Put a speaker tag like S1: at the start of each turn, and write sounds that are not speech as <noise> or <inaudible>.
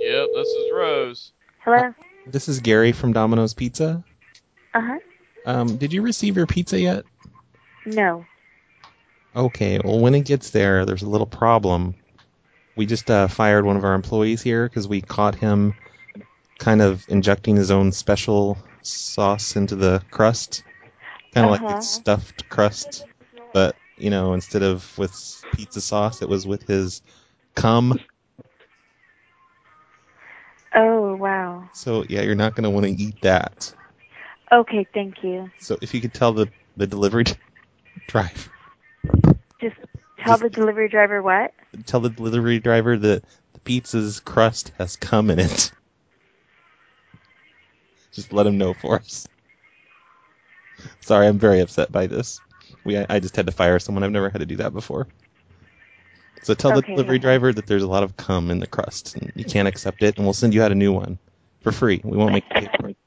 S1: Yep, this is Rose.
S2: Hello.
S3: This is Gary from Domino's Pizza.
S2: Uh huh.
S3: Um, did you receive your pizza yet?
S2: No.
S3: Okay, well, when it gets there, there's a little problem. We just uh, fired one of our employees here because we caught him kind of injecting his own special sauce into the crust, kind of like
S2: Uh-huh.
S3: the stuffed crust, but you know, instead of with pizza sauce, it was with his cum.
S2: Oh wow.
S3: So yeah, you're not going to want to eat that.
S2: Okay, thank you.
S3: So if you could tell the the delivery <laughs> driver,
S2: Just tell the delivery driver what?
S3: tell the delivery driver that the pizza's crust has cum in it. Just let him know for us. Sorry, I'm very upset by this. We I, I just had to fire someone. I've never had to do that before. So tell the
S2: Okay.
S3: delivery driver that there's a lot of cum in the crust and you can't accept it, and we'll send you out a new one for free. We won't make you pay for it.